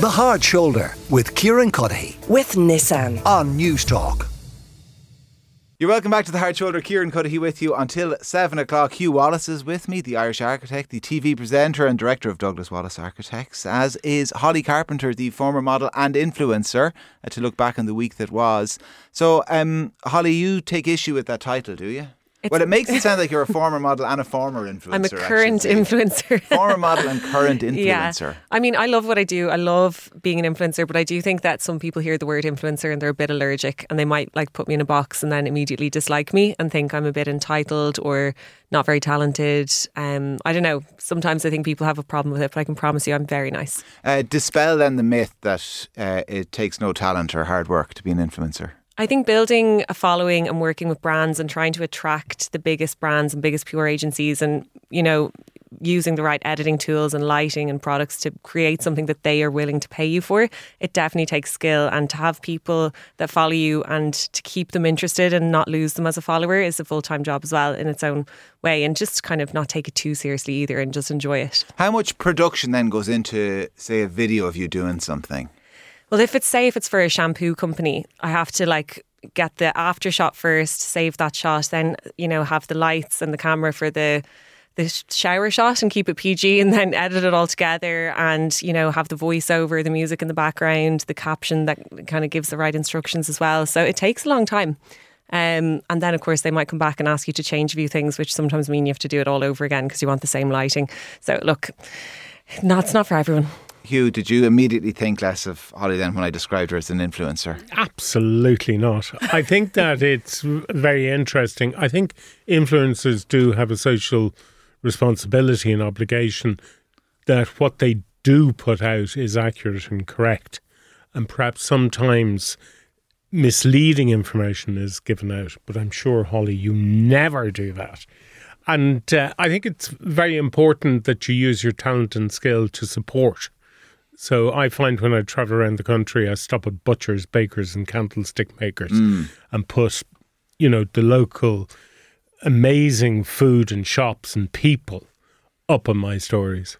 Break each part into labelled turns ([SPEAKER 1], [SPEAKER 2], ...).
[SPEAKER 1] The Hard Shoulder with Kieran Cuddy
[SPEAKER 2] with Nissan.
[SPEAKER 1] on News Talk.
[SPEAKER 3] You're welcome back to the Hard Shoulder. Kieran Cuddihy with you until 7 o'clock. Hugh Wallace is with me, the Irish architect, the TV presenter, and director of Douglas Wallace Architects, as is Holly Carpenter, the former model and influencer, uh, to look back on the week that was. So, um, Holly, you take issue with that title, do you? well, it makes it sound like you're a former model and a former influencer.
[SPEAKER 4] I'm a current
[SPEAKER 3] actually.
[SPEAKER 4] influencer.
[SPEAKER 3] Former model and current influencer.
[SPEAKER 4] Yeah. I mean, I love what I do. I love being an influencer, but I do think that some people hear the word influencer and they're a bit allergic and they might like put me in a box and then immediately dislike me and think I'm a bit entitled or not very talented. Um, I don't know. Sometimes I think people have a problem with it, but I can promise you I'm very nice.
[SPEAKER 3] Uh, dispel then the myth that uh, it takes no talent or hard work to be an influencer.
[SPEAKER 4] I think building a following and working with brands and trying to attract the biggest brands and biggest PR agencies and, you know, using the right editing tools and lighting and products to create something that they are willing to pay you for, it definitely takes skill. And to have people that follow you and to keep them interested and not lose them as a follower is a full time job as well in its own way. And just kind of not take it too seriously either and just enjoy it.
[SPEAKER 3] How much production then goes into, say, a video of you doing something?
[SPEAKER 4] Well, if it's say if it's for a shampoo company, I have to like get the after shot first, save that shot, then you know have the lights and the camera for the the sh- shower shot and keep it PG, and then edit it all together, and you know have the voiceover, the music in the background, the caption that kind of gives the right instructions as well. So it takes a long time. Um, and then, of course, they might come back and ask you to change a few things, which sometimes mean you have to do it all over again because you want the same lighting. So, look, no, it's not for everyone.
[SPEAKER 3] Hugh, did you immediately think less of Holly then when I described her as an influencer?
[SPEAKER 5] Absolutely not. I think that it's very interesting. I think influencers do have a social responsibility and obligation that what they do put out is accurate and correct. And perhaps sometimes misleading information is given out, but I'm sure, Holly, you never do that. And uh, I think it's very important that you use your talent and skill to support so I find when I travel around the country, I stop at butchers, bakers, and candlestick makers
[SPEAKER 3] Mm.
[SPEAKER 5] and put, you know, the local amazing food and shops and people up on my stories.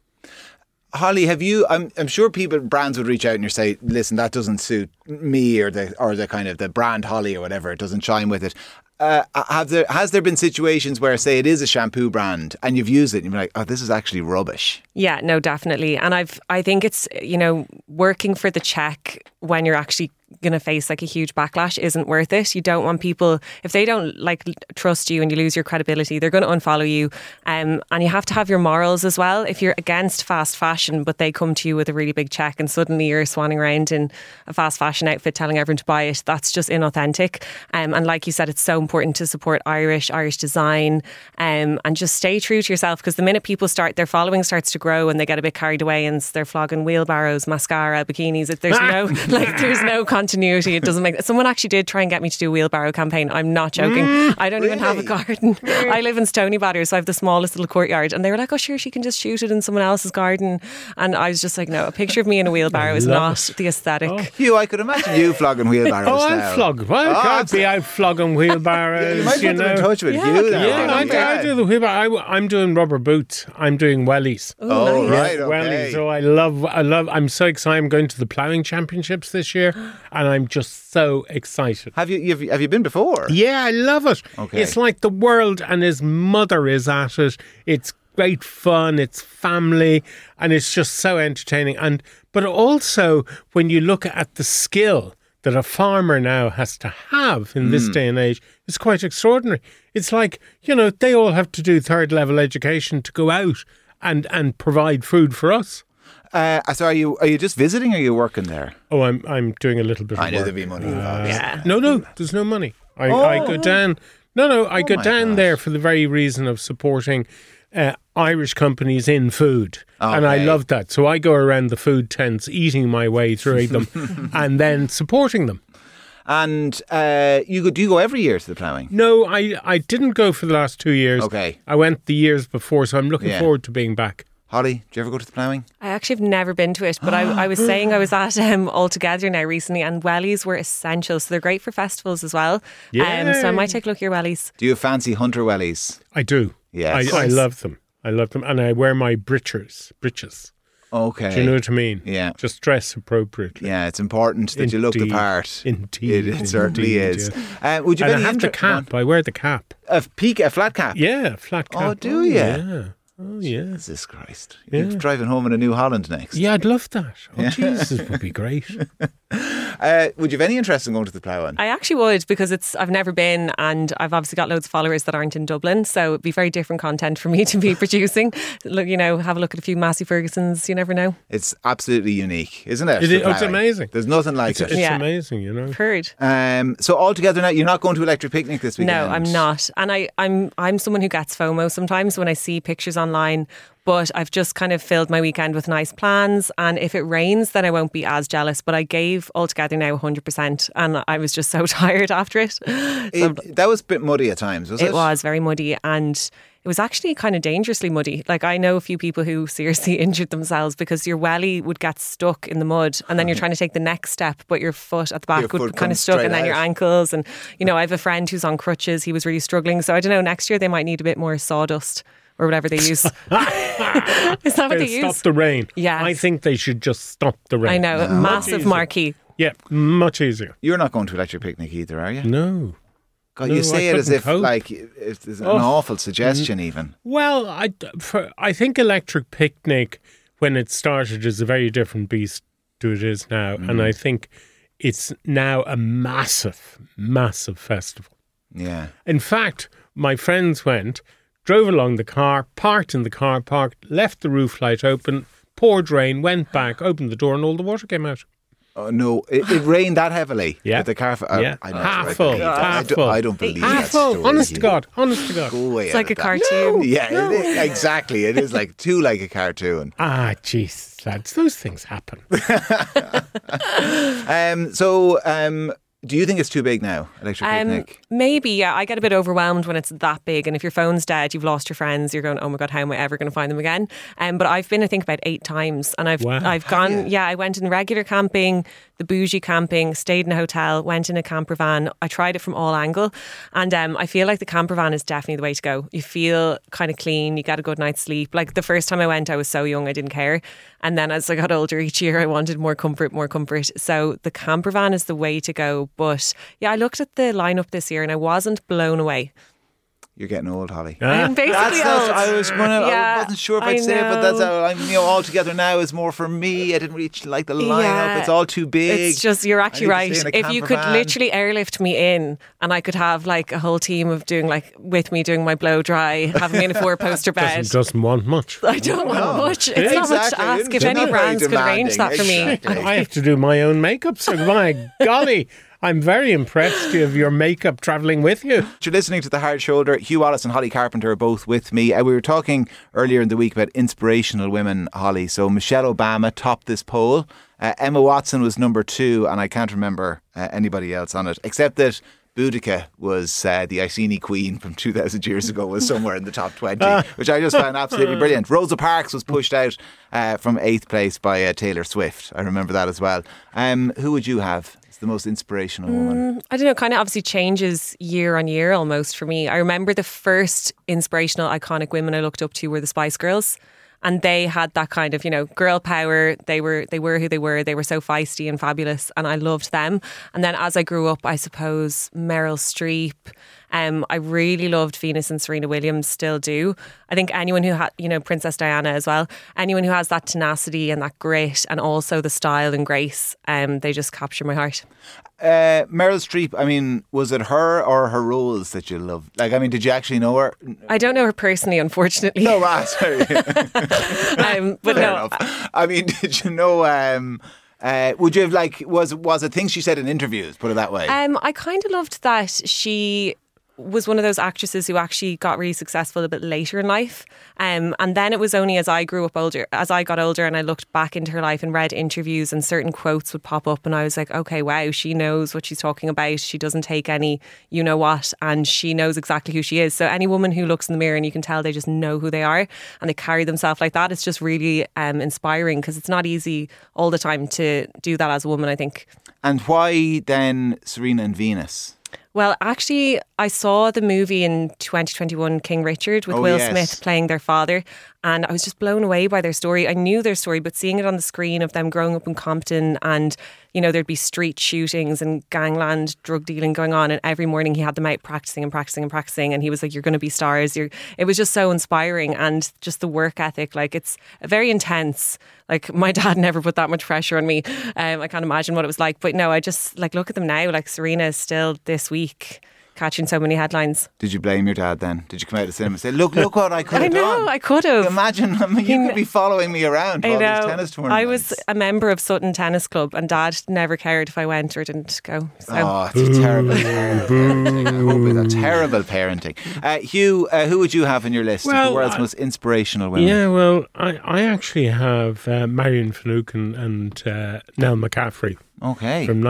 [SPEAKER 3] Holly, have you? I'm, I'm sure people brands would reach out and you say, "Listen, that doesn't suit me or the or the kind of the brand Holly or whatever. It doesn't chime with it." Uh, have there has there been situations where, say, it is a shampoo brand and you've used it and you're like, "Oh, this is actually rubbish."
[SPEAKER 4] Yeah, no, definitely. And I've I think it's you know working for the check when you're actually going to face like a huge backlash isn't worth it. You don't want people if they don't like l- trust you and you lose your credibility, they're going to unfollow you. Um, and you have to have your morals as well. If you're against fast fashion, but they come to you with a really big check and suddenly you're swanning around in a fast fashion outfit telling everyone to buy it, that's just inauthentic. Um, and like you said, it's so important to support Irish, Irish design, um, and just stay true to yourself because the minute people start, their following starts to grow and they get a bit carried away and they're flogging wheelbarrows, mascara, bikinis. It- There's no like, there's no continuity. It doesn't make. Someone actually did try and get me to do a wheelbarrow campaign. I'm not joking. I don't even have a garden. I live in Stony Batter, so I have the smallest little courtyard, and they were like, "Oh, sure, she can just shoot it in someone else's garden," and I was just like, "No, a picture of me in a wheelbarrow is
[SPEAKER 5] love
[SPEAKER 4] not the aesthetic."
[SPEAKER 3] Hugh, I could imagine you flogging wheelbarrows.
[SPEAKER 5] Oh,
[SPEAKER 3] now.
[SPEAKER 5] I flog. Well,
[SPEAKER 3] Oh,
[SPEAKER 5] I can't
[SPEAKER 3] absolutely.
[SPEAKER 5] be out flogging wheelbarrows.
[SPEAKER 3] You might put
[SPEAKER 5] you
[SPEAKER 3] them
[SPEAKER 5] know.
[SPEAKER 3] in touch with
[SPEAKER 4] Yeah,
[SPEAKER 3] you.
[SPEAKER 4] okay.
[SPEAKER 3] then,
[SPEAKER 5] yeah,
[SPEAKER 3] Holly.
[SPEAKER 5] I, do- I do the wheelbarrow. I, am doing rubber boots. I'm doing wellies.
[SPEAKER 3] Oh, right,
[SPEAKER 5] Yeah,
[SPEAKER 3] okay.
[SPEAKER 5] wellies. So I love, I love. I'm so excited. I'm going to the ploughing championships this year, and I'm just so excited.
[SPEAKER 3] Have you you've, have you been before?
[SPEAKER 5] Yeah, I love it.
[SPEAKER 3] Okay.
[SPEAKER 5] It's like the world and his mother is at it. It's great fun, it's family, and it's just so entertaining. And but also when you look at the skill that a farmer now has to have in this day and age, it's quite extraordinary. It's like, you know, they all have to do third level education to go out and, and provide food for us.
[SPEAKER 3] Uh, so are you are you just visiting? Or are you working there?
[SPEAKER 5] Oh, I'm I'm doing a little bit of
[SPEAKER 3] I know
[SPEAKER 5] work. Uh,
[SPEAKER 3] there'd be money involved.
[SPEAKER 4] Yeah.
[SPEAKER 5] No, no, there's no money. I, I go down. No, no, I go
[SPEAKER 3] Oh my
[SPEAKER 5] down
[SPEAKER 3] gosh.
[SPEAKER 5] there for the very reason of supporting uh, Irish companies in food. And I
[SPEAKER 3] Okay.
[SPEAKER 5] love that. So I go around the food tents, eating my way through them and then supporting them.
[SPEAKER 3] And uh, you go do you go every year to the ploughing?
[SPEAKER 5] No, I, I didn't go for the last two years.
[SPEAKER 3] Okay.
[SPEAKER 5] I went the years before, so I'm looking
[SPEAKER 3] Yeah.
[SPEAKER 5] forward to being back.
[SPEAKER 3] Holly, do you ever go to the ploughing?
[SPEAKER 4] I actually have never been to it, but I, I was saying I was at um, All Together now recently, and wellies were essential. So they're great for festivals as well. Um, so I
[SPEAKER 5] Yay.
[SPEAKER 4] might take a look at your wellies.
[SPEAKER 3] Do you fancy hunter wellies?
[SPEAKER 5] I do.
[SPEAKER 3] Yes.
[SPEAKER 5] I, I love them. I love them. And I wear my britchers, britches.
[SPEAKER 3] Okay.
[SPEAKER 5] Do you know what I mean?
[SPEAKER 3] Yeah.
[SPEAKER 5] Just dress appropriately.
[SPEAKER 3] Yeah, it's important that you look the
[SPEAKER 5] Indeed.
[SPEAKER 3] part.
[SPEAKER 5] Indeed.
[SPEAKER 3] it, certainly
[SPEAKER 5] Indeed,
[SPEAKER 3] is. Uh, would you
[SPEAKER 5] And
[SPEAKER 3] have any
[SPEAKER 5] I have the
[SPEAKER 3] inter- Go on.
[SPEAKER 5] cap. I wear the cap.
[SPEAKER 3] a peak, a flat cap.
[SPEAKER 5] Yeah, flat cap.
[SPEAKER 3] Oh, do you?
[SPEAKER 5] Yeah. Oh, yeah.
[SPEAKER 3] Jesus Christ!
[SPEAKER 5] Yeah.
[SPEAKER 3] You're driving home in a New Holland next.
[SPEAKER 5] Yeah, I'd love that. Oh, Jesus, would be great.
[SPEAKER 3] Uh, would you have any interest in going to the plough in?
[SPEAKER 4] I actually would because it's I've never been and I've obviously got loads of followers that aren't in Dublin, so it'd be very different content for me to be producing. Look, you know, have a look at a few Massey Fergusons. You never know.
[SPEAKER 3] It's absolutely unique, isn't it?
[SPEAKER 5] It
[SPEAKER 3] the
[SPEAKER 5] is- oh, it's
[SPEAKER 3] ploughing?
[SPEAKER 5] amazing.
[SPEAKER 3] There's nothing like
[SPEAKER 5] It's,
[SPEAKER 3] it.
[SPEAKER 5] it's
[SPEAKER 4] Yeah.
[SPEAKER 5] amazing, you know.
[SPEAKER 4] Heard.
[SPEAKER 3] Um, so altogether now, you're not going to Electric Picnic this weekend.
[SPEAKER 4] No, I'm not. And I, I'm I'm someone who gets FOMO sometimes when I see pictures online. But I've just kind of filled my weekend with nice plans. And if it rains, then I won't be as jealous. But I gave altogether now 100%. And I was just so tired after it. So
[SPEAKER 3] It- that was a bit muddy at times, was it?
[SPEAKER 4] it was very muddy. And it was actually kind of dangerously muddy. Like, I know a few people who seriously injured themselves because your welly would get stuck in the mud. And then you're trying to take the next step, but your foot at the back
[SPEAKER 3] Your
[SPEAKER 4] would
[SPEAKER 3] foot
[SPEAKER 4] be kind of
[SPEAKER 3] comes
[SPEAKER 4] stuck.
[SPEAKER 3] straight
[SPEAKER 4] And then your
[SPEAKER 3] out.
[SPEAKER 4] ankle ankles. And, you know, I have a friend who's on crutches. He was really struggling. So I don't know, next year they might need a bit more sawdust or whatever they use. Is that what
[SPEAKER 5] They'll
[SPEAKER 4] they
[SPEAKER 5] stop
[SPEAKER 4] use?
[SPEAKER 5] the rain.
[SPEAKER 4] Yes.
[SPEAKER 5] I think they should just stop the rain.
[SPEAKER 4] I know, massive
[SPEAKER 5] easier.
[SPEAKER 4] marquee.
[SPEAKER 5] Yeah, much easier.
[SPEAKER 3] You're not going to Electric Picnic either, are you?
[SPEAKER 5] No.
[SPEAKER 3] God,
[SPEAKER 5] No,
[SPEAKER 3] you say
[SPEAKER 5] I
[SPEAKER 3] it as
[SPEAKER 5] couldn't
[SPEAKER 3] if
[SPEAKER 5] cope.
[SPEAKER 3] like it's, it's an
[SPEAKER 5] Oh.
[SPEAKER 3] awful suggestion, even.
[SPEAKER 5] Well, I, for, I think Electric Picnic, when it started, is a very different beast to it is now.
[SPEAKER 3] Mm.
[SPEAKER 5] And I think it's now a massive, massive festival.
[SPEAKER 3] Yeah.
[SPEAKER 5] In fact, my friends went, drove along the car, parked in the car park, left the roof light open, poured rain, went back, opened the door, and all the water came out.
[SPEAKER 3] Oh no! It, it rained that heavily.
[SPEAKER 5] Yeah.
[SPEAKER 3] that The car. f- I-
[SPEAKER 5] Yeah.
[SPEAKER 3] I don't
[SPEAKER 5] Half
[SPEAKER 3] I
[SPEAKER 5] full,
[SPEAKER 3] believe that. I,
[SPEAKER 5] half
[SPEAKER 3] do,
[SPEAKER 5] full.
[SPEAKER 3] I don't believe that
[SPEAKER 5] Ah, full,
[SPEAKER 3] story,
[SPEAKER 5] honest to
[SPEAKER 3] Hugh.
[SPEAKER 5] God, honest to God.
[SPEAKER 3] Go away
[SPEAKER 4] It's
[SPEAKER 3] out
[SPEAKER 4] like a
[SPEAKER 3] of that.
[SPEAKER 4] cartoon.
[SPEAKER 3] Yeah, it is- exactly. It is like too like a cartoon.
[SPEAKER 5] Ah, jeez, lads, those things happen.
[SPEAKER 3] Um, so, um, do you think it's too big now, Electric
[SPEAKER 4] Um,
[SPEAKER 3] Picnic?
[SPEAKER 4] maybe, yeah. I get a bit overwhelmed when it's that big. And if your phone's dead, you've lost your friends, you're going, oh my God, how am I ever going to find them again? Um, but I've been, I think, about eight times. And I've,
[SPEAKER 5] Wow.
[SPEAKER 4] I've gone, yeah, I went in regular camping, the bougie camping, stayed in a hotel, went in a camper van. I tried it from all angle. And um, I feel like the camper van is definitely the way to go. You feel kind of clean, you get a good night's sleep. Like the first time I went, I was so young, I didn't care. And then as I got older each year, I wanted more comfort, more comfort. So the camper van is the way to go. But yeah, I looked at the lineup this year and I wasn't blown away.
[SPEAKER 3] You're getting old, Holly.
[SPEAKER 4] I'm basically
[SPEAKER 3] Ah, That's
[SPEAKER 4] old.
[SPEAKER 3] not, I was gonna,
[SPEAKER 4] Yeah,
[SPEAKER 3] I wasn't sure if
[SPEAKER 4] I
[SPEAKER 3] I'd say it, but that's
[SPEAKER 4] know.
[SPEAKER 3] how I'm, you know, all together now is more for me. I didn't reach like the lineup.
[SPEAKER 4] Yeah.
[SPEAKER 3] It's all too big.
[SPEAKER 4] It's just you're
[SPEAKER 3] I
[SPEAKER 4] actually
[SPEAKER 3] need to
[SPEAKER 4] right.
[SPEAKER 3] stay in a
[SPEAKER 4] If you
[SPEAKER 3] camper
[SPEAKER 4] could
[SPEAKER 3] van.
[SPEAKER 4] literally airlift me in, and I could have like a whole team of doing like with me doing my blow dry, having me in a four poster bed.
[SPEAKER 5] Doesn't, doesn't want much.
[SPEAKER 4] I don't want much. It's not much to
[SPEAKER 3] Oh, Exactly.
[SPEAKER 4] ask. If
[SPEAKER 3] They're
[SPEAKER 4] any
[SPEAKER 3] not very
[SPEAKER 4] brands could arrange that
[SPEAKER 3] demanding.
[SPEAKER 4] for me,
[SPEAKER 3] Exactly.
[SPEAKER 5] I have to do my own makeup, so my golly, I'm very impressed you have your makeup travelling with you.
[SPEAKER 3] You're listening to The Hard Shoulder. Hugh Wallace and Holly Carpenter are both with me. Uh, we were talking earlier in the week about inspirational women, Holly. So Michelle Obama topped this poll. Uh, Emma Watson was number two, and I can't remember uh, anybody else on it, except that Boudica was uh, the Iceni queen from 2,000 years ago, was somewhere in the top 20, which I just found absolutely brilliant. Rosa Parks was pushed out uh, from eighth place by uh, Taylor Swift. I remember that as well. Um, who would you have as the most inspirational woman?
[SPEAKER 4] I don't know, kind of obviously changes year on year almost for me. I remember the first inspirational, iconic women I looked up to were the Spice Girls. And they had that kind of, you know, girl power. They were they were who they were. They were so feisty and fabulous. And I loved them. And then as I grew up, I suppose Meryl Streep. Um, I really loved Venus and Serena Williams, still do. I think anyone who had, you know, Princess Diana as well, anyone who has that tenacity and that grit and also the style and grace, um, they just capture my heart.
[SPEAKER 3] Uh, Meryl Streep, I mean, was it her or her roles that you loved? Like, I mean, did you actually know her?
[SPEAKER 4] I don't know her personally, unfortunately.
[SPEAKER 3] No, ah, sorry. Fair
[SPEAKER 4] um, but no,
[SPEAKER 3] enough. I mean, did you know? Um, uh, would you have like was was it things she said in interviews? Put it that way.
[SPEAKER 4] um, I kind of loved that she was one of those actresses who actually got really successful a bit later in life. Um, and then it was only as I grew up older, as I got older and I looked back into her life and read interviews and certain quotes would pop up and I was like, okay, wow, she knows what she's talking about. She doesn't take any, you know what, and she knows exactly who she is. So any woman who looks in the mirror and you can tell they just know who they are and they carry themselves like that, it's just really um, inspiring because it's not easy all the time to do that as a woman, I think.
[SPEAKER 3] and why then Serena and Venus?
[SPEAKER 4] Well, actually, I saw the movie in 2021, King Richard, with
[SPEAKER 3] Oh,
[SPEAKER 4] Will
[SPEAKER 3] yes.
[SPEAKER 4] Smith playing their father. And I was just blown away by their story. I knew their story, but seeing it on the screen of them growing up in Compton and, you know, there'd be street shootings and gangland drug dealing going on. And every morning he had them out practicing and practicing and practicing. And he was like, You're going to be stars. You're... It was just so inspiring. And just the work ethic, like, it's very intense. Like, my dad never put that much pressure on me. Um, I can't imagine what it was like. But no, I just, like, look at them now. Like, Serena is still this week catching so many headlines.
[SPEAKER 3] Did you blame your dad then? Did you come out of the cinema and say, "Look, look what I could
[SPEAKER 4] I
[SPEAKER 3] have
[SPEAKER 4] know,
[SPEAKER 3] done"?
[SPEAKER 4] I could have.
[SPEAKER 3] Imagine I mean, you could be following me around for
[SPEAKER 4] I
[SPEAKER 3] all these
[SPEAKER 4] know.
[SPEAKER 3] tennis tournaments.
[SPEAKER 4] I was a member of Sutton Tennis Club, and Dad never cared if I went or didn't go. So
[SPEAKER 3] Oh, it's a terrible, terrible, that's terrible parenting. Uh, Hugh, uh, who would you have on your list of
[SPEAKER 5] Well,
[SPEAKER 3] the world's
[SPEAKER 5] I-
[SPEAKER 3] most inspirational women?
[SPEAKER 5] Yeah, well, I, I actually have uh, Marion Finucane and uh, Nell McCaffrey
[SPEAKER 3] Okay.
[SPEAKER 5] from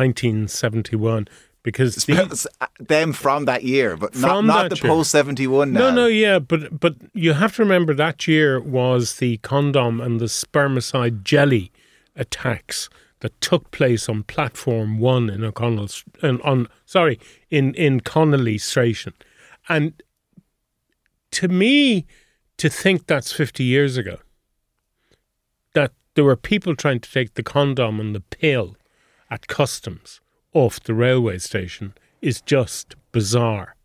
[SPEAKER 5] 1971 because the,
[SPEAKER 3] Because, uh, them from that year, but not,
[SPEAKER 5] From
[SPEAKER 3] not the
[SPEAKER 5] that year.
[SPEAKER 3] post 71 now.
[SPEAKER 5] no, no, yeah, but but you have to remember that year was the condom and the spermicide jelly attacks that took place on platform one in O'Connell and on sorry in in Connolly Station, and to me, to think that's fifty years ago, that there were people trying to take the condom and the pill at customs off the railway station is just bizarre.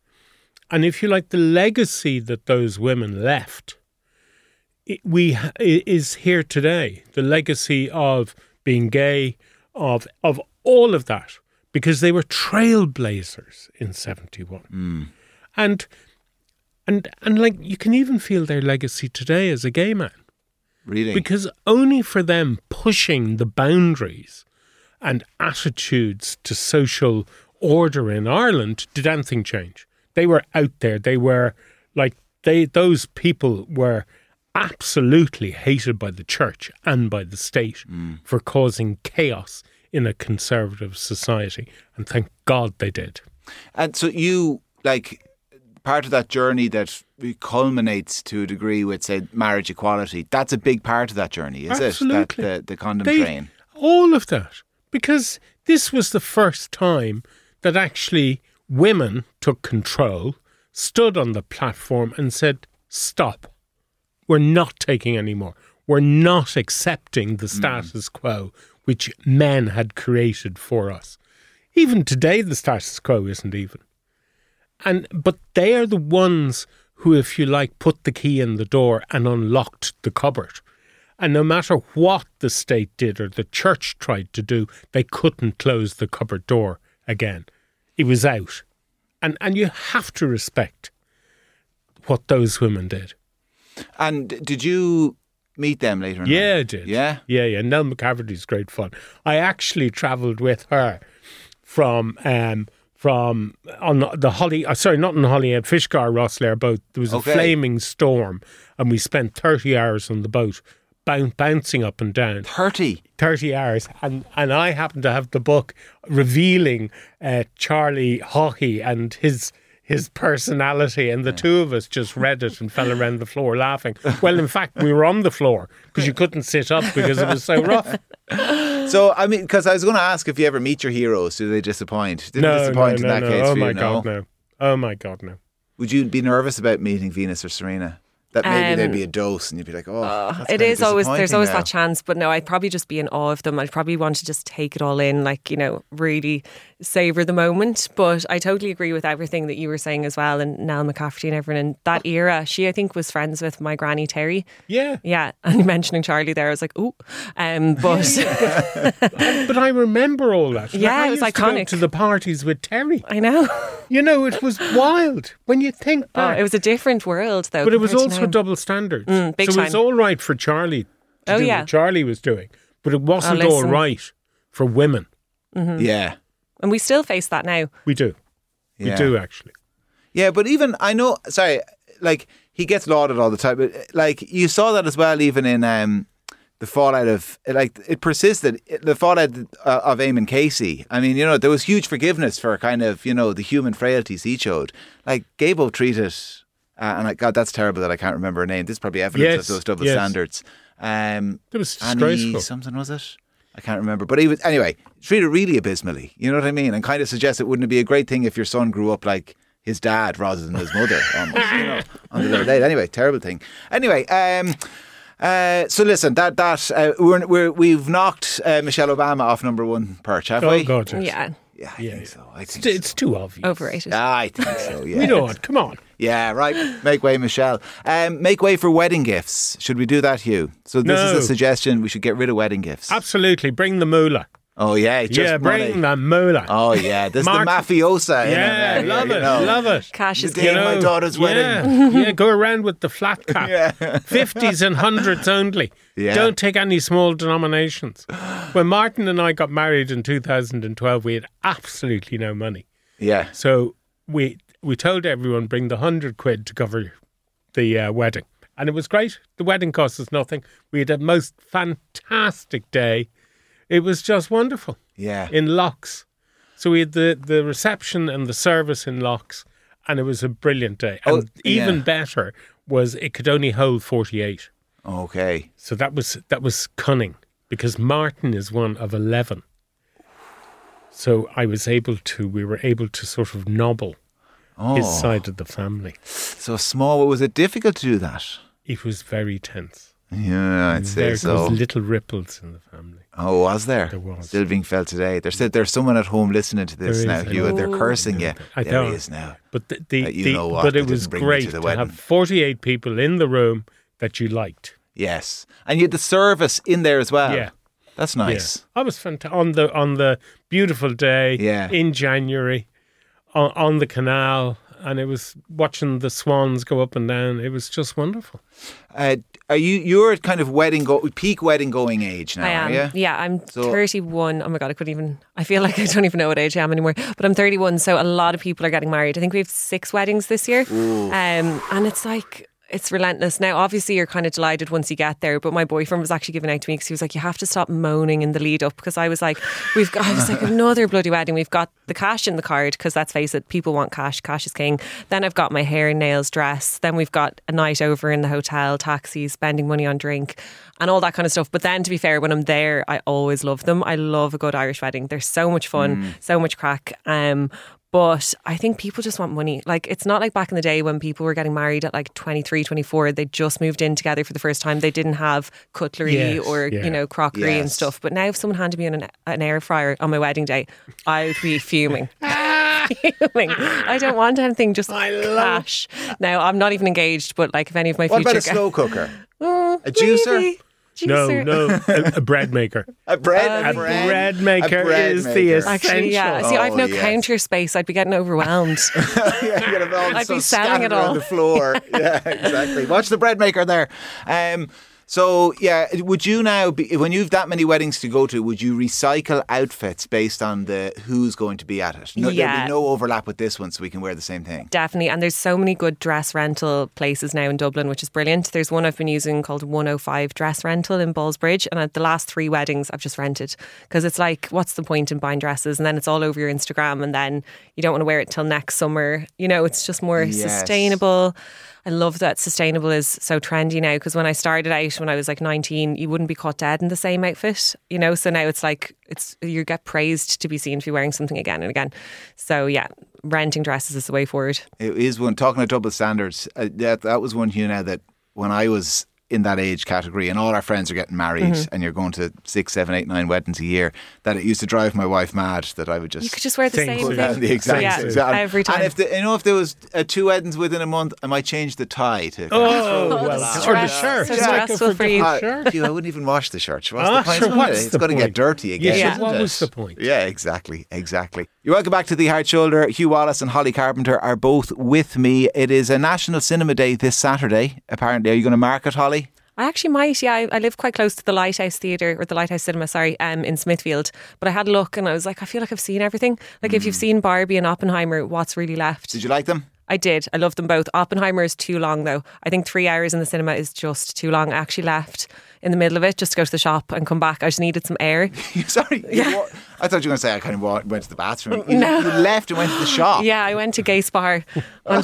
[SPEAKER 5] And if you like, the legacy that those women left, it, we ha- i- is here today. The legacy of being gay, of of all of that, because they were trailblazers in seventy one, and and and like you can even feel their legacy today as a gay man.
[SPEAKER 3] Really?
[SPEAKER 5] Because only for them pushing the boundaries and attitudes to social order in Ireland did anything change. They were out there. They were like they those people were absolutely hated by the church and by the state for causing chaos in a conservative society. And thank God they did.
[SPEAKER 3] and so you, like, part of that journey that culminates to a degree with, say, marriage equality, that's a big part of that journey, is
[SPEAKER 5] Absolutely.
[SPEAKER 3] it? That, the, the condom
[SPEAKER 5] They-
[SPEAKER 3] train.
[SPEAKER 5] All of that. Because this was the first time that actually women took control, stood on the platform and said, stop. We're not taking any more. We're not accepting
[SPEAKER 3] Mm.
[SPEAKER 5] the status quo which men had created for us. Even today, the status quo isn't even. And but they are the ones who, if you like, put the key in the door and unlocked the cupboard. And no matter what the state did or the church tried to do, they couldn't close the cupboard door again. It was out. And and you have to respect what those women did.
[SPEAKER 3] And d- did you meet them later in
[SPEAKER 5] Yeah,
[SPEAKER 3] life?
[SPEAKER 5] I did.
[SPEAKER 3] Yeah?
[SPEAKER 5] Yeah, yeah. Nell McCafferty's great fun. I actually travelled with her from um from on the Holly uh, sorry, not on the Holly, uh, Fishgar Rosslare boat. There was
[SPEAKER 3] Okay.
[SPEAKER 5] a flaming storm and we spent thirty hours on the boat. boun Bouncing up and down,
[SPEAKER 3] 30.
[SPEAKER 5] 30 hours and, and I happen to have the book revealing uh, Charlie Hawkey and his his personality and the two of us just read it and fell around the floor laughing. Well, in fact, we were on the floor because you couldn't sit up because it was so rough.
[SPEAKER 3] So I mean, because I was going to ask if you ever meet your heroes, do they disappoint? Didn't
[SPEAKER 5] No, no,
[SPEAKER 3] disappoint
[SPEAKER 5] no,
[SPEAKER 3] in that
[SPEAKER 5] no.
[SPEAKER 3] case
[SPEAKER 5] oh
[SPEAKER 3] for
[SPEAKER 5] my
[SPEAKER 3] you, no?
[SPEAKER 5] God, no. Oh my God, no.
[SPEAKER 3] Would you be nervous about meeting Venus or Serena? That maybe
[SPEAKER 4] Um, uh,
[SPEAKER 3] there'd be a dose, and you'd be like, oh, that's
[SPEAKER 4] it
[SPEAKER 3] kinda
[SPEAKER 4] is always there's
[SPEAKER 3] disappointing
[SPEAKER 4] always
[SPEAKER 3] now.
[SPEAKER 4] that chance, but no, I'd probably just be in awe of them. I'd probably want to just take it all in, like you know, really savor the moment. But I totally agree with everything that you were saying as well, and Nell McCafferty and everyone in that era. She, I think, was friends with my granny Terry.
[SPEAKER 5] Yeah.
[SPEAKER 4] Yeah, and mentioning Charlie there, I was like, ooh, um, but.
[SPEAKER 5] But I remember all that. Like,
[SPEAKER 4] Yeah,
[SPEAKER 5] I
[SPEAKER 4] it was
[SPEAKER 5] used to go
[SPEAKER 4] iconic.
[SPEAKER 5] to the parties with Terry.
[SPEAKER 4] I know.
[SPEAKER 5] You know, it was wild when you think
[SPEAKER 4] Oh,
[SPEAKER 5] back.
[SPEAKER 4] it was a different world, though.
[SPEAKER 5] But it was
[SPEAKER 4] compared to
[SPEAKER 5] also
[SPEAKER 4] now.
[SPEAKER 5] double standards.
[SPEAKER 4] big
[SPEAKER 5] so it was
[SPEAKER 4] time.
[SPEAKER 5] all right for Charlie to
[SPEAKER 4] Oh,
[SPEAKER 5] do
[SPEAKER 4] yeah. Oh,
[SPEAKER 5] what Charlie was doing, but it wasn't all
[SPEAKER 4] listen.
[SPEAKER 5] right for women.
[SPEAKER 3] Yeah,
[SPEAKER 4] and we still face that now.
[SPEAKER 5] We do.
[SPEAKER 3] yeah,
[SPEAKER 5] We do, actually.
[SPEAKER 3] Yeah, but even I know. Sorry, like he gets lauded all the time, but like you saw that as well, even in um, the fallout of like it persisted. It- The fallout uh, of Eamon Casey. I mean, you know, there was huge forgiveness for kind of you know the human frailties he showed. Like Gabo treated, uh, and like God, that's terrible that I can't remember her name. This is probably evidence
[SPEAKER 5] Yes,
[SPEAKER 3] of those double
[SPEAKER 5] yes.
[SPEAKER 3] standards. Um,
[SPEAKER 5] That was
[SPEAKER 3] Annie
[SPEAKER 5] disgraceful.
[SPEAKER 3] something was it? I can't remember, but he was anyway treated really abysmally. You know what I mean? And kind of suggests it wouldn't it be a great thing if your son grew up like his dad rather than his mother almost, you know, on the little date. Anyway, terrible thing. Anyway, um, uh, so listen, that that uh, we're, we're we've knocked uh, Michelle Obama off number one perch, have
[SPEAKER 5] Oh,
[SPEAKER 3] we?
[SPEAKER 5] God. yes.
[SPEAKER 4] Yeah,
[SPEAKER 3] Yeah, I think so. I think
[SPEAKER 5] It's, it's too obvious.
[SPEAKER 4] overrated.
[SPEAKER 3] I think so. Yeah,
[SPEAKER 5] We know what. Come on.
[SPEAKER 3] Yeah, right. Make way, Michelle. Um, make way for wedding gifts. Should we do that, Hugh? So this
[SPEAKER 5] No.
[SPEAKER 3] is a suggestion. We should get rid of wedding gifts.
[SPEAKER 5] Absolutely. Bring the moolah.
[SPEAKER 3] oh yeah, just
[SPEAKER 5] yeah,
[SPEAKER 3] money.
[SPEAKER 5] bring the moolah.
[SPEAKER 3] Oh yeah, this is the
[SPEAKER 5] Mark-
[SPEAKER 3] mafiosa. in
[SPEAKER 5] yeah,
[SPEAKER 3] him there,
[SPEAKER 5] love
[SPEAKER 3] you
[SPEAKER 5] it.
[SPEAKER 3] know.
[SPEAKER 5] Love it.
[SPEAKER 4] Cash
[SPEAKER 3] The
[SPEAKER 4] is
[SPEAKER 3] day
[SPEAKER 4] king.
[SPEAKER 3] my daughter's wedding.
[SPEAKER 5] Yeah, yeah, go around with the flat cap. 50s and 100s only.
[SPEAKER 3] Yeah.
[SPEAKER 5] Don't take any small denominations. When Martin and I got married in 2012, we had absolutely no money.
[SPEAKER 3] Yeah,
[SPEAKER 5] So we we told everyone bring the 100 quid to cover the uh, wedding. And it was great. The wedding cost us nothing. We had a most fantastic day. It was just wonderful
[SPEAKER 3] yeah,
[SPEAKER 5] in locks. So we had the, the reception and the service in locks, and it was a brilliant day. And
[SPEAKER 3] Oh,
[SPEAKER 5] even
[SPEAKER 3] yeah.
[SPEAKER 5] better was it could only hold 48.
[SPEAKER 3] Okay.
[SPEAKER 5] So that was that was cunning because Martin is one of 11. So I was able to we were able to sort of nobble
[SPEAKER 3] Oh,
[SPEAKER 5] his side of the family.
[SPEAKER 3] so small. Was it difficult to do that?
[SPEAKER 5] It was very tense.
[SPEAKER 3] Yeah, I'd say
[SPEAKER 5] There
[SPEAKER 3] so.
[SPEAKER 5] was little ripples in the family.
[SPEAKER 3] Oh, was there?
[SPEAKER 5] There was.
[SPEAKER 3] Still being felt today. There's still, there's someone at home listening to this
[SPEAKER 5] There
[SPEAKER 3] now,
[SPEAKER 5] is. Oh.
[SPEAKER 3] Hugh, and they're
[SPEAKER 4] Ooh.
[SPEAKER 3] cursing you.
[SPEAKER 5] I
[SPEAKER 3] there
[SPEAKER 5] don't.
[SPEAKER 3] he is now.
[SPEAKER 5] But the, the,
[SPEAKER 3] But you
[SPEAKER 5] the-
[SPEAKER 3] know what,
[SPEAKER 5] but
[SPEAKER 3] they
[SPEAKER 5] it
[SPEAKER 3] didn't
[SPEAKER 5] was
[SPEAKER 3] bring me to
[SPEAKER 5] great
[SPEAKER 3] the
[SPEAKER 5] to,
[SPEAKER 3] wedding.
[SPEAKER 5] have 48 people in the room that you liked.
[SPEAKER 3] Yes, and you had the service in there as well.
[SPEAKER 5] Yeah.
[SPEAKER 3] that's
[SPEAKER 5] Yeah.
[SPEAKER 3] nice.
[SPEAKER 5] I was fanta- on the on the beautiful day
[SPEAKER 3] Yeah.
[SPEAKER 5] in January on, on the canal and it was watching the swans go up and down. It was just wonderful.
[SPEAKER 3] Uh, are you you're at kind of wedding go- peak wedding going age now?
[SPEAKER 4] I am.
[SPEAKER 3] Are you?
[SPEAKER 4] Yeah, I'm
[SPEAKER 3] So-
[SPEAKER 4] 31. Oh my god, I couldn't even. I feel like I don't even know what age I am anymore. But I'm 31, so a lot of people are getting married. I think we have six weddings this year, um, and it's like. It's relentless. Now, obviously, you're kind of delighted once you get there, but my boyfriend was actually giving out to me because he was like, You have to stop moaning in the lead up. Because I was like, We've got, I was like, another bloody wedding. We've got the cash in the card because let's face it, people want cash. Cash is king. Then I've got my hair, nails, dress. Then we've got a night over in the hotel, taxis, spending money on drink and all that kind of stuff. But then, to be fair, when I'm there, I always love them. I love a good Irish wedding. They're so much fun,
[SPEAKER 5] Mm.
[SPEAKER 4] so much crack. Um, but I think people just want money. Like, it's not like back in the day when people were getting married at like 23, 24. They just moved in together for the first time. They didn't have cutlery
[SPEAKER 5] Yes,
[SPEAKER 4] or,
[SPEAKER 5] yeah.
[SPEAKER 4] you know, crockery and
[SPEAKER 3] Yes.
[SPEAKER 4] stuff. But now, if someone handed me an, an air fryer on my wedding day, I would be fuming. fuming. I don't want anything, just cash. Now, I'm not even engaged, but like, if any of my
[SPEAKER 3] What
[SPEAKER 4] future
[SPEAKER 3] about a
[SPEAKER 4] guests-
[SPEAKER 3] slow cooker?
[SPEAKER 4] Mm,
[SPEAKER 3] A juicer?
[SPEAKER 4] maybe.
[SPEAKER 5] No,
[SPEAKER 4] Juicer.
[SPEAKER 5] no, a, a bread maker.
[SPEAKER 4] Um,
[SPEAKER 3] A bread,
[SPEAKER 5] A bread, maker
[SPEAKER 3] a bread
[SPEAKER 5] is the
[SPEAKER 3] maker.
[SPEAKER 5] essential.
[SPEAKER 4] Actually, yeah. See, I've
[SPEAKER 3] Oh,
[SPEAKER 4] no
[SPEAKER 3] yes.
[SPEAKER 4] counter space. I'd be getting overwhelmed.
[SPEAKER 3] yeah, you're all
[SPEAKER 4] I'd
[SPEAKER 3] so
[SPEAKER 4] be selling
[SPEAKER 3] scattered
[SPEAKER 4] it all.
[SPEAKER 3] on the floor. yeah, exactly. Watch the bread maker there. Um, so yeah, would you now be, when you've that many weddings to go to? Would you recycle outfits based on the who's going to be at it? No, there'll
[SPEAKER 4] Yeah.
[SPEAKER 3] be no overlap with this one, so we can wear the same thing.
[SPEAKER 4] Definitely. And there's so many good dress rental places now in Dublin, which is brilliant. There's one I've been using called 105 Dress Rental in Ballsbridge. And at the last three weddings, I've just rented because it's like, what's the point in buying dresses? And then it's all over your Instagram. And then you don't want to wear it till next summer. You know, it's just more
[SPEAKER 3] Yes.
[SPEAKER 4] sustainable. I love that sustainable is so trendy now because when I started out when I was like 19, you wouldn't be caught dead in the same outfit, you know. So now it's like it's you get praised to be seen to be wearing something again and again. So yeah, renting dresses is the way forward.
[SPEAKER 3] It is one talking about double standards. Uh, that that was one you know that when I was in that age category, and all our friends are getting married,
[SPEAKER 4] Mm-hmm.
[SPEAKER 3] and you're going to six, seven, eight, nine weddings a year. That it used to drive my wife mad that I would just
[SPEAKER 4] You could just wear the
[SPEAKER 5] Same
[SPEAKER 4] same
[SPEAKER 5] suit.
[SPEAKER 4] thing.
[SPEAKER 5] Yeah,
[SPEAKER 3] the exact
[SPEAKER 4] yeah,
[SPEAKER 3] same. exact-
[SPEAKER 4] every time.
[SPEAKER 3] And if the, you know if there was uh, two weddings within a month, I might change the tie to.
[SPEAKER 5] Oh, well,
[SPEAKER 4] that's
[SPEAKER 5] or the
[SPEAKER 4] stress-
[SPEAKER 5] shirt.
[SPEAKER 4] so
[SPEAKER 5] It's like a
[SPEAKER 4] stressful for you.
[SPEAKER 5] different
[SPEAKER 3] Uh,
[SPEAKER 5] shirt.
[SPEAKER 3] Hugh, I wouldn't even wash the shirt. What's
[SPEAKER 5] Ah,
[SPEAKER 3] the point?
[SPEAKER 5] sure,
[SPEAKER 3] isn't it?
[SPEAKER 5] what's
[SPEAKER 3] It's
[SPEAKER 5] the
[SPEAKER 3] going to get
[SPEAKER 5] point?
[SPEAKER 3] dirty again.
[SPEAKER 5] Yeah,
[SPEAKER 3] isn't
[SPEAKER 5] what
[SPEAKER 3] it?
[SPEAKER 5] was the point?
[SPEAKER 3] Yeah, exactly, exactly. You're welcome back to the Hard Shoulder. Hugh Wallace and Holly Carpenter are both with me. It is a National Cinema Day this Saturday. Apparently, are you going to mark it, Holly?
[SPEAKER 4] I actually might. Yeah, I, I live quite close to the Lighthouse Theatre or the Lighthouse Cinema, sorry, um, in Smithfield. But I had a look and I was like, I feel like I've seen everything. Like if you've seen Barbie and Oppenheimer, what's really left?
[SPEAKER 3] Mm. Did you like them?
[SPEAKER 4] I did. I loved them both. Oppenheimer is too long, though. I think three hours in the cinema is just too long. I actually left in the middle of it just to go to the shop and come back. I just needed some air.
[SPEAKER 3] Sorry. you
[SPEAKER 4] Yeah.
[SPEAKER 3] wa- I thought you were going to say I kind of wa- went to the bathroom. You, you left and went to the shop.
[SPEAKER 4] Yeah, I went to Gay's Bar on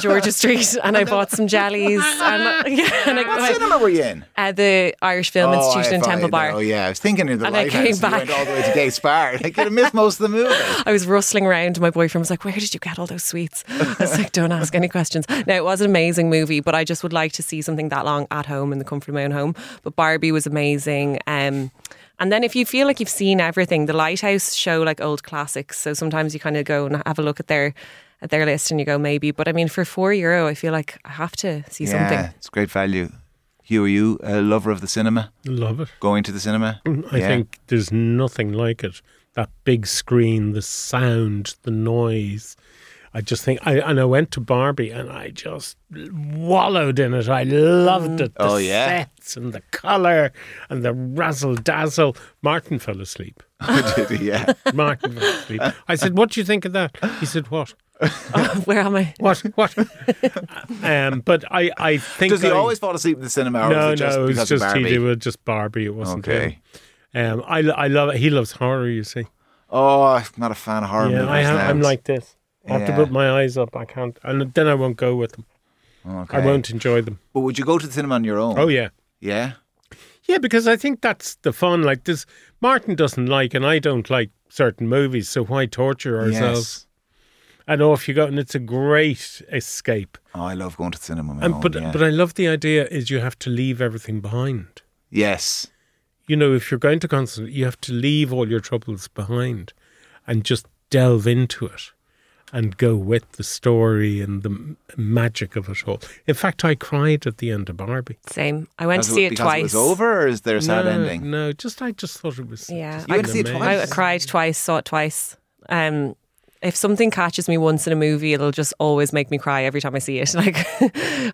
[SPEAKER 4] Georgia Street and I bought some jellies. And, yeah, and I
[SPEAKER 3] What
[SPEAKER 4] went-
[SPEAKER 3] cinema were you in?
[SPEAKER 4] at uh, the Irish Film Institution in
[SPEAKER 3] IFI,
[SPEAKER 4] Temple Bar.
[SPEAKER 3] Oh yeah, Oh, I was thinking of the
[SPEAKER 4] And I
[SPEAKER 3] lighthouse.
[SPEAKER 4] came
[SPEAKER 3] and you
[SPEAKER 4] back.
[SPEAKER 3] went all the way to Gay Spar. I could have missed most of the movie.
[SPEAKER 4] I was rustling around. My boyfriend was like, Where did you get all those sweets? I was like, Don't ask any questions. Now, it was an amazing movie, but I just would like to see something that long at home in the comfort of my own home. But Barbie was amazing. Um, and then if you feel like you've seen everything, the Lighthouse show like old classics. So sometimes you kind of go and have a look at their at their list and you go maybe. But I mean, for four euro, I feel like I have to see
[SPEAKER 3] Yeah,
[SPEAKER 4] something.
[SPEAKER 3] it's great value. Hugh, are you a lover of the cinema?
[SPEAKER 5] Love it. Mm,
[SPEAKER 3] Going to the cinema?
[SPEAKER 5] I
[SPEAKER 3] Yeah.
[SPEAKER 5] think there's nothing like it. That big screen, the sound, the noise. I just think, I, and I went to Barbie and I just wallowed in it. I loved it. The
[SPEAKER 3] Oh, yeah.
[SPEAKER 5] sets and the colour and the razzle dazzle. Martin fell asleep.
[SPEAKER 3] yeah.
[SPEAKER 5] Martin fell asleep. I said, What do you think of that? He said, What?
[SPEAKER 4] Where am I?
[SPEAKER 5] What? What? um, but I, I think.
[SPEAKER 3] Does he
[SPEAKER 5] I-
[SPEAKER 3] always fall asleep in the cinema? Or
[SPEAKER 5] no,
[SPEAKER 3] is it just
[SPEAKER 5] no, it was
[SPEAKER 3] because of
[SPEAKER 5] just he
[SPEAKER 3] Barbie?
[SPEAKER 5] did it was just Barbie. It wasn't
[SPEAKER 3] Okay.
[SPEAKER 5] him. Um, I, I love it. He loves horror. You see,
[SPEAKER 3] Oh, I'm not a fan of horror
[SPEAKER 5] yeah,
[SPEAKER 3] movies.
[SPEAKER 5] I have,
[SPEAKER 3] now.
[SPEAKER 5] I'm like this. I have
[SPEAKER 3] Yeah.
[SPEAKER 5] to put my eyes up. I can't, and then I won't go with them.
[SPEAKER 3] Oh, Okay.
[SPEAKER 5] I won't enjoy them.
[SPEAKER 3] But would you go to the cinema on your own?
[SPEAKER 5] Oh yeah,
[SPEAKER 3] yeah.
[SPEAKER 5] yeah, because I think that's the fun. Like this, Martin doesn't like, and I don't like certain movies. So why torture ourselves?
[SPEAKER 3] Yes.
[SPEAKER 5] And off you go, and it's a great escape.
[SPEAKER 3] Oh, I love going to the cinema. on my
[SPEAKER 5] And
[SPEAKER 3] own,
[SPEAKER 5] but
[SPEAKER 3] yeah.
[SPEAKER 5] but I love the idea is you have to leave everything behind.
[SPEAKER 3] yes.
[SPEAKER 5] you know, if you're going to constant, you have to leave all your troubles behind and just delve into it and go with the story and the m- magic of it all. In fact, I cried at the end of Barbie.
[SPEAKER 4] Same. I went
[SPEAKER 3] As
[SPEAKER 4] to see it
[SPEAKER 3] because
[SPEAKER 4] twice.
[SPEAKER 3] It was over, or is there a sad
[SPEAKER 5] no,
[SPEAKER 3] ending?
[SPEAKER 5] No, just I just thought it was.
[SPEAKER 4] Yeah,
[SPEAKER 3] You
[SPEAKER 4] I-
[SPEAKER 3] went to see it
[SPEAKER 5] amazing.
[SPEAKER 3] twice?
[SPEAKER 4] I cried twice, saw it twice. Um, if something catches me once in a movie, it'll just always make me cry every time I see it. Like,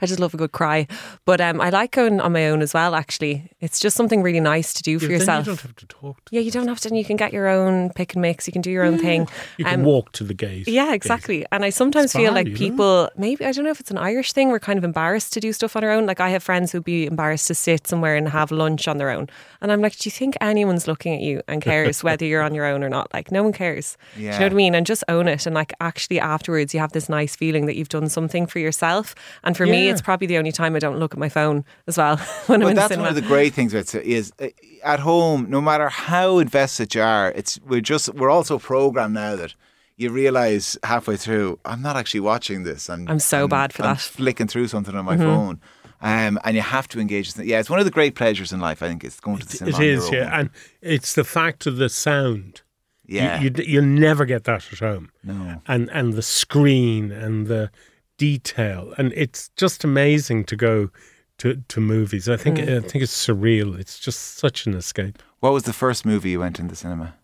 [SPEAKER 4] I just love a good cry. But um, I like going on my own as well. Actually, it's just something really nice to do for
[SPEAKER 5] Yeah,
[SPEAKER 4] yourself.
[SPEAKER 5] Then you don't have to talk. To
[SPEAKER 4] yeah, you don't have to. and You can get your own pick and mix. You can do your own thing.
[SPEAKER 5] You can
[SPEAKER 4] Um,
[SPEAKER 5] walk to the gate.
[SPEAKER 4] yeah, exactly. And I sometimes feel
[SPEAKER 5] Spy,
[SPEAKER 4] like
[SPEAKER 5] you know?
[SPEAKER 4] people maybe I don't know if it's an Irish thing. We're kind of embarrassed to do stuff on our own. Like I have friends who'd be embarrassed to sit somewhere and have lunch on their own. And I'm like, do you think anyone's looking at you and cares whether you're on your own or not? Like no one cares. Do you know
[SPEAKER 3] Yeah.
[SPEAKER 4] what I mean? And just own it. And like actually afterwards, you have this nice feeling that you've done something for yourself. And for me,
[SPEAKER 5] Yeah.
[SPEAKER 4] it's probably the only time I don't look at my phone as well when I'm
[SPEAKER 3] But
[SPEAKER 4] in
[SPEAKER 3] that's
[SPEAKER 4] the cinema.
[SPEAKER 3] one of the great things about it is uh, at home, no matter how invested you are, it's we're just we're also programmed now that you realize halfway through I'm not actually watching this. I'm
[SPEAKER 4] I'm so bad for
[SPEAKER 3] I'm
[SPEAKER 4] that. Mm-hmm.
[SPEAKER 3] Flicking through something on my phone, um, and you have to engage. with it. Yeah, it's one of the great pleasures in life. I think it's going to the cinema.
[SPEAKER 5] It
[SPEAKER 3] on your
[SPEAKER 5] is,
[SPEAKER 3] own.
[SPEAKER 5] yeah, and it's the fact of the sound. You-
[SPEAKER 3] yeah.
[SPEAKER 5] You, you'll never get that at home.
[SPEAKER 3] no.
[SPEAKER 5] and and the screen and the detail and it's just amazing to go to to movies i think i
[SPEAKER 4] Mm.
[SPEAKER 5] think it's surreal it's just such an escape
[SPEAKER 3] What was the first movie you went in the cinema?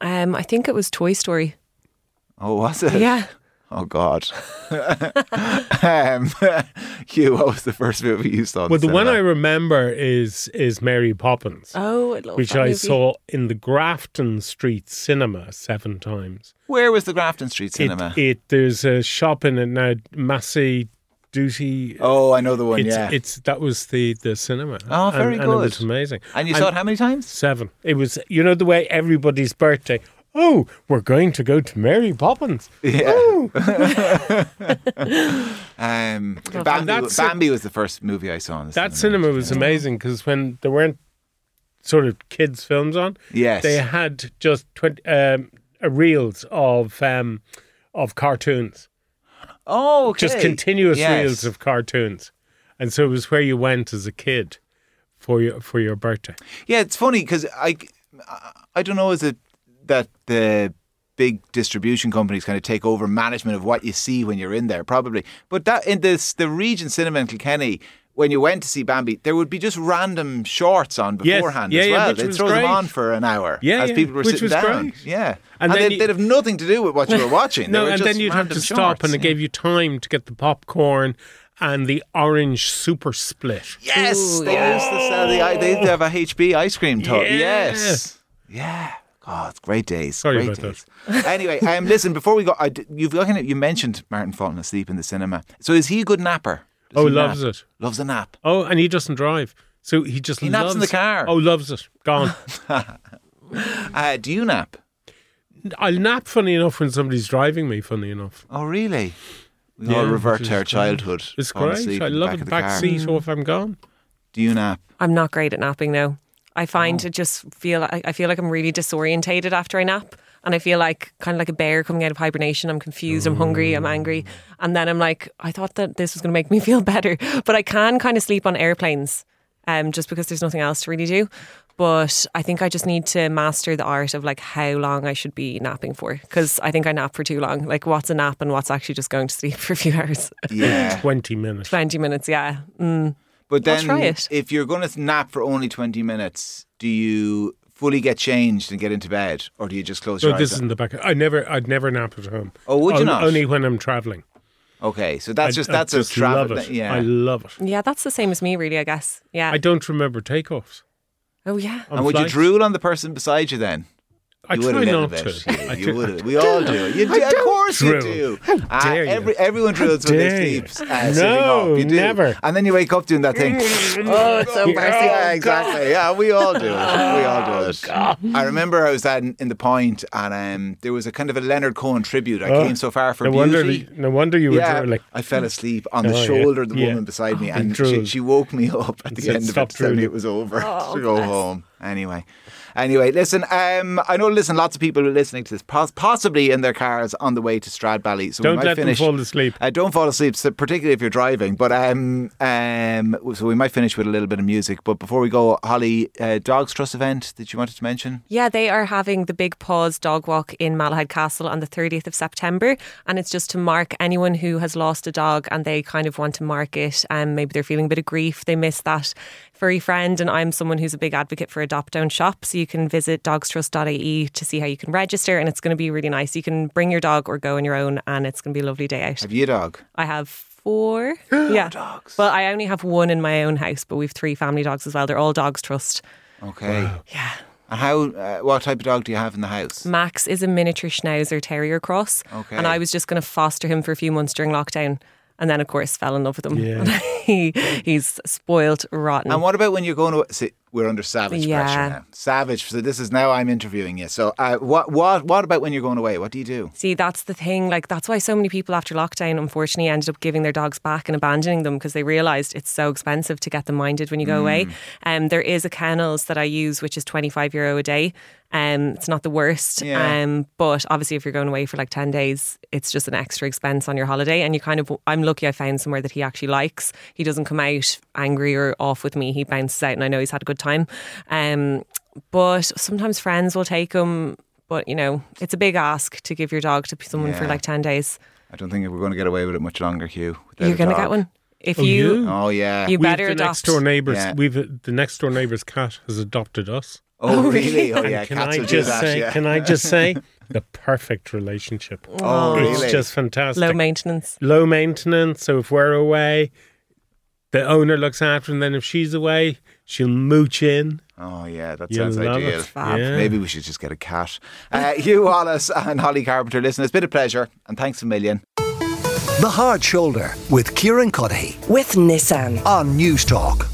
[SPEAKER 4] um, I think it was Toy Story.
[SPEAKER 3] Oh, was it?
[SPEAKER 4] Yeah.
[SPEAKER 3] Oh God. um, Hugh, what was the first movie you saw? in
[SPEAKER 5] well the one i
[SPEAKER 3] cinema?
[SPEAKER 5] remember is is mary poppins
[SPEAKER 4] Oh, I love
[SPEAKER 5] which
[SPEAKER 4] that
[SPEAKER 5] i
[SPEAKER 4] movie.
[SPEAKER 5] saw in the grafton street cinema seven times
[SPEAKER 3] Where was the Grafton Street
[SPEAKER 5] It-
[SPEAKER 3] Cinema?
[SPEAKER 5] it, there's a shop in it now massey duty
[SPEAKER 3] oh, I know the one.
[SPEAKER 5] it's,
[SPEAKER 3] yeah.
[SPEAKER 5] it's that was the the cinema
[SPEAKER 3] Oh, very
[SPEAKER 5] and, and it
[SPEAKER 3] good.
[SPEAKER 5] was amazing
[SPEAKER 3] And you saw it how many times?
[SPEAKER 5] Seven. It was, you know, the way everybody's birthday. Oh, we're going to go to Mary Poppins. Ooh.
[SPEAKER 3] Um,
[SPEAKER 4] Well,
[SPEAKER 3] Bambi,
[SPEAKER 5] that's-
[SPEAKER 3] Bambi was the first movie I saw in the
[SPEAKER 5] That cinema was amazing because when there weren't sort of kids' films on,
[SPEAKER 3] Yes.
[SPEAKER 5] they had just 20, um, uh, reels of um, of cartoons,
[SPEAKER 3] oh, okay.
[SPEAKER 5] just continuous
[SPEAKER 3] Yes.
[SPEAKER 5] reels of cartoons, and so it was where you went as a kid for your for your birthday.
[SPEAKER 3] Yeah, it's funny because I, I don't know, is it that the big distribution companies kind of take over management of what you see when you're in there? Probably. But that in this the region cinema in Kilkenny, when you went to see Bambi, there would be just random shorts on
[SPEAKER 5] Yes.
[SPEAKER 3] beforehand
[SPEAKER 5] Yeah,
[SPEAKER 3] as
[SPEAKER 5] yeah,
[SPEAKER 3] well.
[SPEAKER 5] which
[SPEAKER 3] They'd
[SPEAKER 5] was
[SPEAKER 3] throw
[SPEAKER 5] great.
[SPEAKER 3] them on for an hour
[SPEAKER 5] Yeah,
[SPEAKER 3] as
[SPEAKER 5] yeah,
[SPEAKER 3] people were
[SPEAKER 5] which
[SPEAKER 3] sitting
[SPEAKER 5] was
[SPEAKER 3] down.
[SPEAKER 5] great.
[SPEAKER 3] Yeah. And,
[SPEAKER 5] And then
[SPEAKER 3] they'd,
[SPEAKER 5] you-
[SPEAKER 3] they'd have nothing to do with what you were watching. They
[SPEAKER 5] No,
[SPEAKER 3] were
[SPEAKER 5] and
[SPEAKER 3] just
[SPEAKER 5] then you'd have
[SPEAKER 3] random
[SPEAKER 5] to stop, and
[SPEAKER 3] shorts,
[SPEAKER 5] it
[SPEAKER 3] yeah.
[SPEAKER 5] gave you time to get the popcorn and the orange super split.
[SPEAKER 3] Yes,
[SPEAKER 4] Ooh,
[SPEAKER 3] they
[SPEAKER 4] yeah.
[SPEAKER 3] used to sell the. I- They used to have a HB ice cream tub.
[SPEAKER 5] Oh! Yeah.
[SPEAKER 3] Yes, yeah. God, it's great days.
[SPEAKER 5] Sorry
[SPEAKER 3] great
[SPEAKER 5] about
[SPEAKER 3] days. anyway, um, listen. Before we go, I d- you've looking at, you mentioned Martin falling asleep in the cinema. So is he a good napper? Does
[SPEAKER 5] Oh,
[SPEAKER 3] he
[SPEAKER 5] loves
[SPEAKER 3] nap?
[SPEAKER 5] it.
[SPEAKER 3] Loves a nap.
[SPEAKER 5] Oh, and he doesn't drive. So he just
[SPEAKER 3] He naps
[SPEAKER 5] loves
[SPEAKER 3] in the car.
[SPEAKER 5] Oh, loves it. Gone.
[SPEAKER 3] Uh, do you nap?
[SPEAKER 5] I'll nap. Funny enough, when somebody's driving me. Funny enough,
[SPEAKER 3] Oh, really? We all
[SPEAKER 5] Yeah,
[SPEAKER 3] revert
[SPEAKER 5] which
[SPEAKER 3] to our
[SPEAKER 5] is great.
[SPEAKER 3] childhood.
[SPEAKER 5] it's
[SPEAKER 3] falling
[SPEAKER 5] great.
[SPEAKER 3] asleep
[SPEAKER 5] I
[SPEAKER 3] in the
[SPEAKER 5] love
[SPEAKER 3] back
[SPEAKER 5] it.
[SPEAKER 3] of the
[SPEAKER 5] Back
[SPEAKER 3] car.
[SPEAKER 5] seat, or if I'm gone.
[SPEAKER 3] Do you nap?
[SPEAKER 4] I'm not great at napping though. I find it just feel I I feel like I'm really disorientated after I nap, and I feel like kind of like a bear coming out of hibernation. I'm confused, I'm hungry, I'm angry, and then I'm like, I thought that this was going to make me feel better, but I can kind of sleep on airplanes, um, just because there's nothing else to really do. But I think I just need to master the art of like how long I should be napping for, because I think I nap for too long. Like, what's a nap and what's actually just going to sleep for a few hours,
[SPEAKER 3] Yeah.
[SPEAKER 5] Twenty minutes.
[SPEAKER 4] twenty minutes, yeah. Mm.
[SPEAKER 3] But
[SPEAKER 4] I'll
[SPEAKER 3] then,
[SPEAKER 4] try it.
[SPEAKER 3] if you're going to nap for only 20 minutes, do you fully get changed and get into bed? Or do you just close your
[SPEAKER 5] So
[SPEAKER 3] eyes?
[SPEAKER 5] this is
[SPEAKER 3] and-
[SPEAKER 5] in the back. I never, I'd never nap at home.
[SPEAKER 3] Oh, would you
[SPEAKER 5] On-
[SPEAKER 3] not?
[SPEAKER 5] Only when I'm traveling.
[SPEAKER 3] okay, so that's
[SPEAKER 5] I-
[SPEAKER 3] just,
[SPEAKER 5] I
[SPEAKER 3] that's
[SPEAKER 5] just
[SPEAKER 3] a travel.
[SPEAKER 5] Love it.
[SPEAKER 3] Yeah.
[SPEAKER 5] I love it.
[SPEAKER 4] Yeah, that's the same as me, really. I guess. Yeah.
[SPEAKER 5] I don't remember takeoffs.
[SPEAKER 4] oh yeah.
[SPEAKER 5] on
[SPEAKER 3] and would you
[SPEAKER 5] flights.
[SPEAKER 3] drool on the person beside you then?
[SPEAKER 5] I
[SPEAKER 3] you would
[SPEAKER 5] try
[SPEAKER 3] a little
[SPEAKER 5] not
[SPEAKER 3] bit.
[SPEAKER 5] to.
[SPEAKER 3] Yeah,
[SPEAKER 5] I
[SPEAKER 3] you
[SPEAKER 5] do-
[SPEAKER 3] would. We all do. You do. of
[SPEAKER 5] don't
[SPEAKER 3] course you
[SPEAKER 5] drool.
[SPEAKER 3] do.
[SPEAKER 5] How
[SPEAKER 3] Ah,
[SPEAKER 5] dare you.
[SPEAKER 3] every, Everyone drills when they
[SPEAKER 5] dare you.
[SPEAKER 3] sleep. Uh, sitting
[SPEAKER 5] No,
[SPEAKER 3] up. You do.
[SPEAKER 5] never.
[SPEAKER 3] And then you wake up doing that thing. oh, it's so
[SPEAKER 5] embarrassing.
[SPEAKER 3] Yeah, exactly. Yeah, we all do it. We all
[SPEAKER 5] Oh,
[SPEAKER 3] do it. I remember I was at, in the point and um, there was a kind of a Leonard Cohen tribute. I
[SPEAKER 5] Oh,
[SPEAKER 3] came so far for
[SPEAKER 5] no
[SPEAKER 3] beauty.
[SPEAKER 5] wonder, no wonder you were
[SPEAKER 3] Yeah,
[SPEAKER 5] drooling.
[SPEAKER 3] I fell asleep on the
[SPEAKER 5] Oh, yeah.
[SPEAKER 3] shoulder of the
[SPEAKER 5] Yeah.
[SPEAKER 3] woman beside me, and she,
[SPEAKER 5] drool.
[SPEAKER 3] she woke me up at
[SPEAKER 5] And
[SPEAKER 3] the
[SPEAKER 5] said,
[SPEAKER 3] end of it
[SPEAKER 5] "Stop
[SPEAKER 3] to tell me
[SPEAKER 5] drooling."
[SPEAKER 3] it was over
[SPEAKER 4] Oh,
[SPEAKER 3] to go
[SPEAKER 4] bless.
[SPEAKER 3] home. Anyway, anyway, listen. Um, I know, listen, lots of people are listening to this, pos- possibly in their cars on the way to Stradbally. So we
[SPEAKER 5] Don't
[SPEAKER 3] might
[SPEAKER 5] let them
[SPEAKER 3] finish.
[SPEAKER 5] fall asleep.
[SPEAKER 3] Uh, don't fall asleep, so particularly if you're driving. But um, um, so we might finish with a little bit of music. But before we go, Holly, uh, Dogs Trust event that you wanted to mention.
[SPEAKER 4] Yeah, they are having the Big Paws dog walk in Malahide Castle on the 30th of September. And it's just to mark anyone who has lost a dog and they kind of want to mark it. And maybe they're feeling a bit of grief. They miss that furry friend. And I'm someone who's a big advocate for Adopt Don't Shop. So you can visit dogstrust.ie E to see how you can register. And it's going to be really nice. You can bring your dog or go on your own. And it's going to be a lovely day out.
[SPEAKER 3] Have you a dog?
[SPEAKER 4] I have four. yeah. dogs. Well, I only have one in my own house, but we've three family dogs as well. They're all Dogs Trust.
[SPEAKER 3] Okay.
[SPEAKER 4] Yeah.
[SPEAKER 3] And how? Uh, what type of dog do you have in the house?
[SPEAKER 4] Max is a miniature Schnauzer Terrier cross,
[SPEAKER 3] Okay.
[SPEAKER 4] and I was just going to foster him for a few months during lockdown, and then of course fell in love with him.
[SPEAKER 5] Yeah.
[SPEAKER 4] he he's spoiled rotten.
[SPEAKER 3] And what about when you're going to? See, we're under savage pressure
[SPEAKER 4] Yeah.
[SPEAKER 3] now. Savage. So this is now I'm interviewing you. So uh, what? What? What about when you're going away? What do you do?
[SPEAKER 4] See, that's the thing. Like, that's why so many people after lockdown, unfortunately, ended up giving their dogs back and abandoning them because they realised it's so expensive to get them minded when you go away.
[SPEAKER 3] Mm.
[SPEAKER 4] Um, there is a kennels that I use, which is 25 euro a day. Um, it's not the worst.
[SPEAKER 3] Yeah.
[SPEAKER 4] Um, but obviously, if you're going away for like 10 days, it's just an extra expense on your holiday. And you kind of, I'm lucky I found somewhere that he actually likes. He doesn't come out angry or off with me. He bounces out and I know he's had a good time. Um, but sometimes friends will take him. But you know, it's a big ask to give your dog to someone for
[SPEAKER 3] Yeah.
[SPEAKER 4] like ten days.
[SPEAKER 3] I don't think we're going to get away with it much longer, Hugh. without
[SPEAKER 4] You're
[SPEAKER 3] a
[SPEAKER 4] gonna
[SPEAKER 3] dog.
[SPEAKER 4] get one if
[SPEAKER 5] Oh,
[SPEAKER 4] you.
[SPEAKER 5] you?
[SPEAKER 3] Oh yeah.
[SPEAKER 4] You
[SPEAKER 5] We've
[SPEAKER 4] better
[SPEAKER 5] the
[SPEAKER 4] adopt.
[SPEAKER 5] next door neighbours.
[SPEAKER 3] Yeah.
[SPEAKER 5] We've the next door neighbour's cat has adopted us.
[SPEAKER 3] oh really? Oh yeah.
[SPEAKER 5] and can
[SPEAKER 3] Cats
[SPEAKER 5] I
[SPEAKER 3] will
[SPEAKER 5] just
[SPEAKER 3] do that.
[SPEAKER 5] say?
[SPEAKER 3] yeah.
[SPEAKER 5] Can I just say? The perfect relationship.
[SPEAKER 3] oh
[SPEAKER 5] it's
[SPEAKER 3] really?
[SPEAKER 5] just fantastic.
[SPEAKER 4] Low maintenance.
[SPEAKER 5] Low maintenance. So if we're away, the owner looks after, and then if she's away, she'll mooch in.
[SPEAKER 3] oh yeah. That
[SPEAKER 5] You'll
[SPEAKER 3] sounds
[SPEAKER 5] love
[SPEAKER 3] ideal.
[SPEAKER 5] it.
[SPEAKER 4] Fab.
[SPEAKER 5] Yeah.
[SPEAKER 3] Maybe we should just get a cat. Uh, Hugh Wallace and Holly Carpenter. Listen, it's been a pleasure, and thanks a million.
[SPEAKER 1] The Hard Shoulder with Kieran Cuddihy
[SPEAKER 2] with Nissan.
[SPEAKER 1] on News Talk.